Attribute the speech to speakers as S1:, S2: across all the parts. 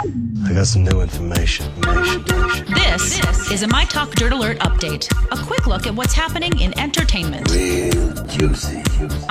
S1: I got some new information. information, information.
S2: This, is a My Talk Dirt Alert update. A quick look at what's happening in entertainment
S1: Juicy.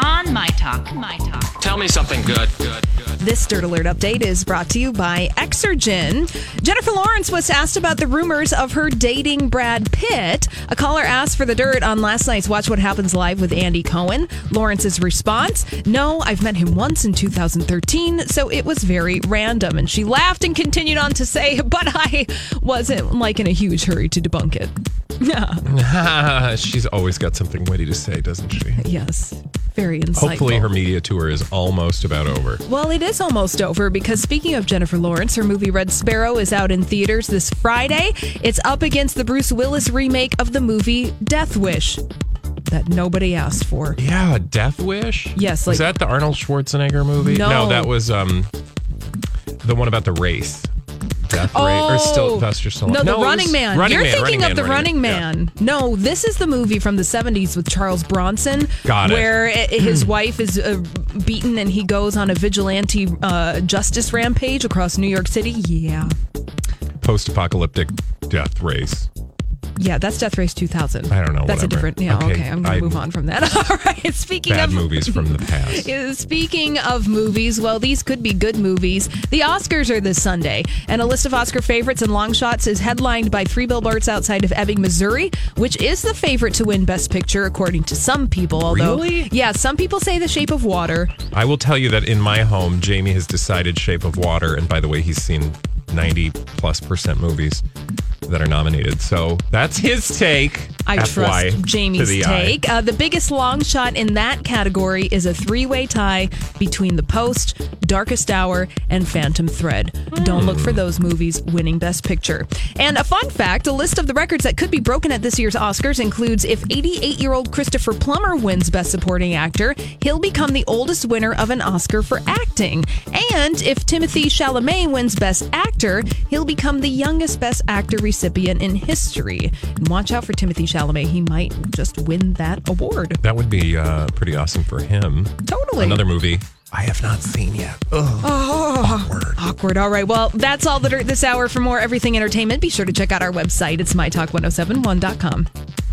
S2: on My Talk. My Talk.
S3: Tell me something good. Good. Good.
S4: This Dirt Alert update is brought to you by Exergen. Jennifer Lawrence was asked about the rumors of her dating Brad Pitt. A caller asked for the dirt on last night's Watch What Happens Live with Andy Cohen. Lawrence's response No, I've met him once in 2013, so it was very random. And she laughed and continued on to say, But I wasn't like in a huge hurry to debunk it.
S5: She's always got something witty to say, doesn't she?
S4: yes, very insightful.
S5: Hopefully, her media tour is almost about over.
S4: Well, it is almost over because speaking of Jennifer Lawrence, her movie Red Sparrow is out in theaters this Friday. It's up against the Bruce Willis remake of the movie Death Wish that nobody asked for.
S5: Yeah, Death Wish.
S4: Yes,
S5: is
S4: like-
S5: that the Arnold Schwarzenegger movie?
S4: No.
S5: that was um, the one about the race. Death Race or Sylvester Stallone?
S4: Oh! No,
S5: it
S4: the
S5: was
S4: Running Man.
S5: Running
S4: You're
S5: Man,
S4: thinking of the Running
S5: Yeah.
S4: Man. No, this is the movie from the 70s with Charles Bronson,
S5: Got it.
S4: where i his wife is uh, beaten and he goes on a vigilante uh, justice rampage across New York City. Yeah,
S5: Post-apocalyptic Death Race.
S4: yeah, that's Death Race 2000.
S5: I don't know,
S4: That's
S5: whatever.
S4: a different. Yeah, okay,
S5: Okay,
S4: I'm gonna
S5: I-
S4: move on from that. All right. Speaking
S5: Bad
S4: of
S5: movies from the past.
S4: Uh, Speaking of movies, well, these could be good movies. The Oscars are this Sunday, and a list of Oscar favorites and long shots is headlined by Three Billboards Outside of Ebbing, Missouri, which is the favorite to win Best Picture, according to some people. Although,
S5: Really?
S4: yeah, some people say The Shape of Water.
S5: I will tell you that in my home, Jamie has decided Shape of Water, and by the way, he's seen 90 plus percent movies that are nominated. So that's his take.
S4: I
S5: FY
S4: trust Jamie's
S5: to the eye.
S4: take. Uh, the biggest long shot in that category is a three way tie between The Post, Darkest Hour, and Phantom Thread. Don't look for those movies winning Best Picture. And a fun fact a list of the records that could be broken at this year's Oscars includes if 88 year old Christopher Plummer wins Best Supporting Actor, he'll become the oldest winner of an Oscar for acting. And if Timothy Chalamet wins Best Actor, he'll become the youngest Best Actor recipient in history. And watch out for Timothy Chalamet. He might just win that award.
S5: That would be uh, pretty awesome for him.
S4: Totally.
S5: Another movie I have not seen yet. Ugh. Awkward.
S4: Awkward. All right. Well, that's oh all the dirt this hour. For more everything entertainment, be sure to check out our website. It's mytalk1071.com.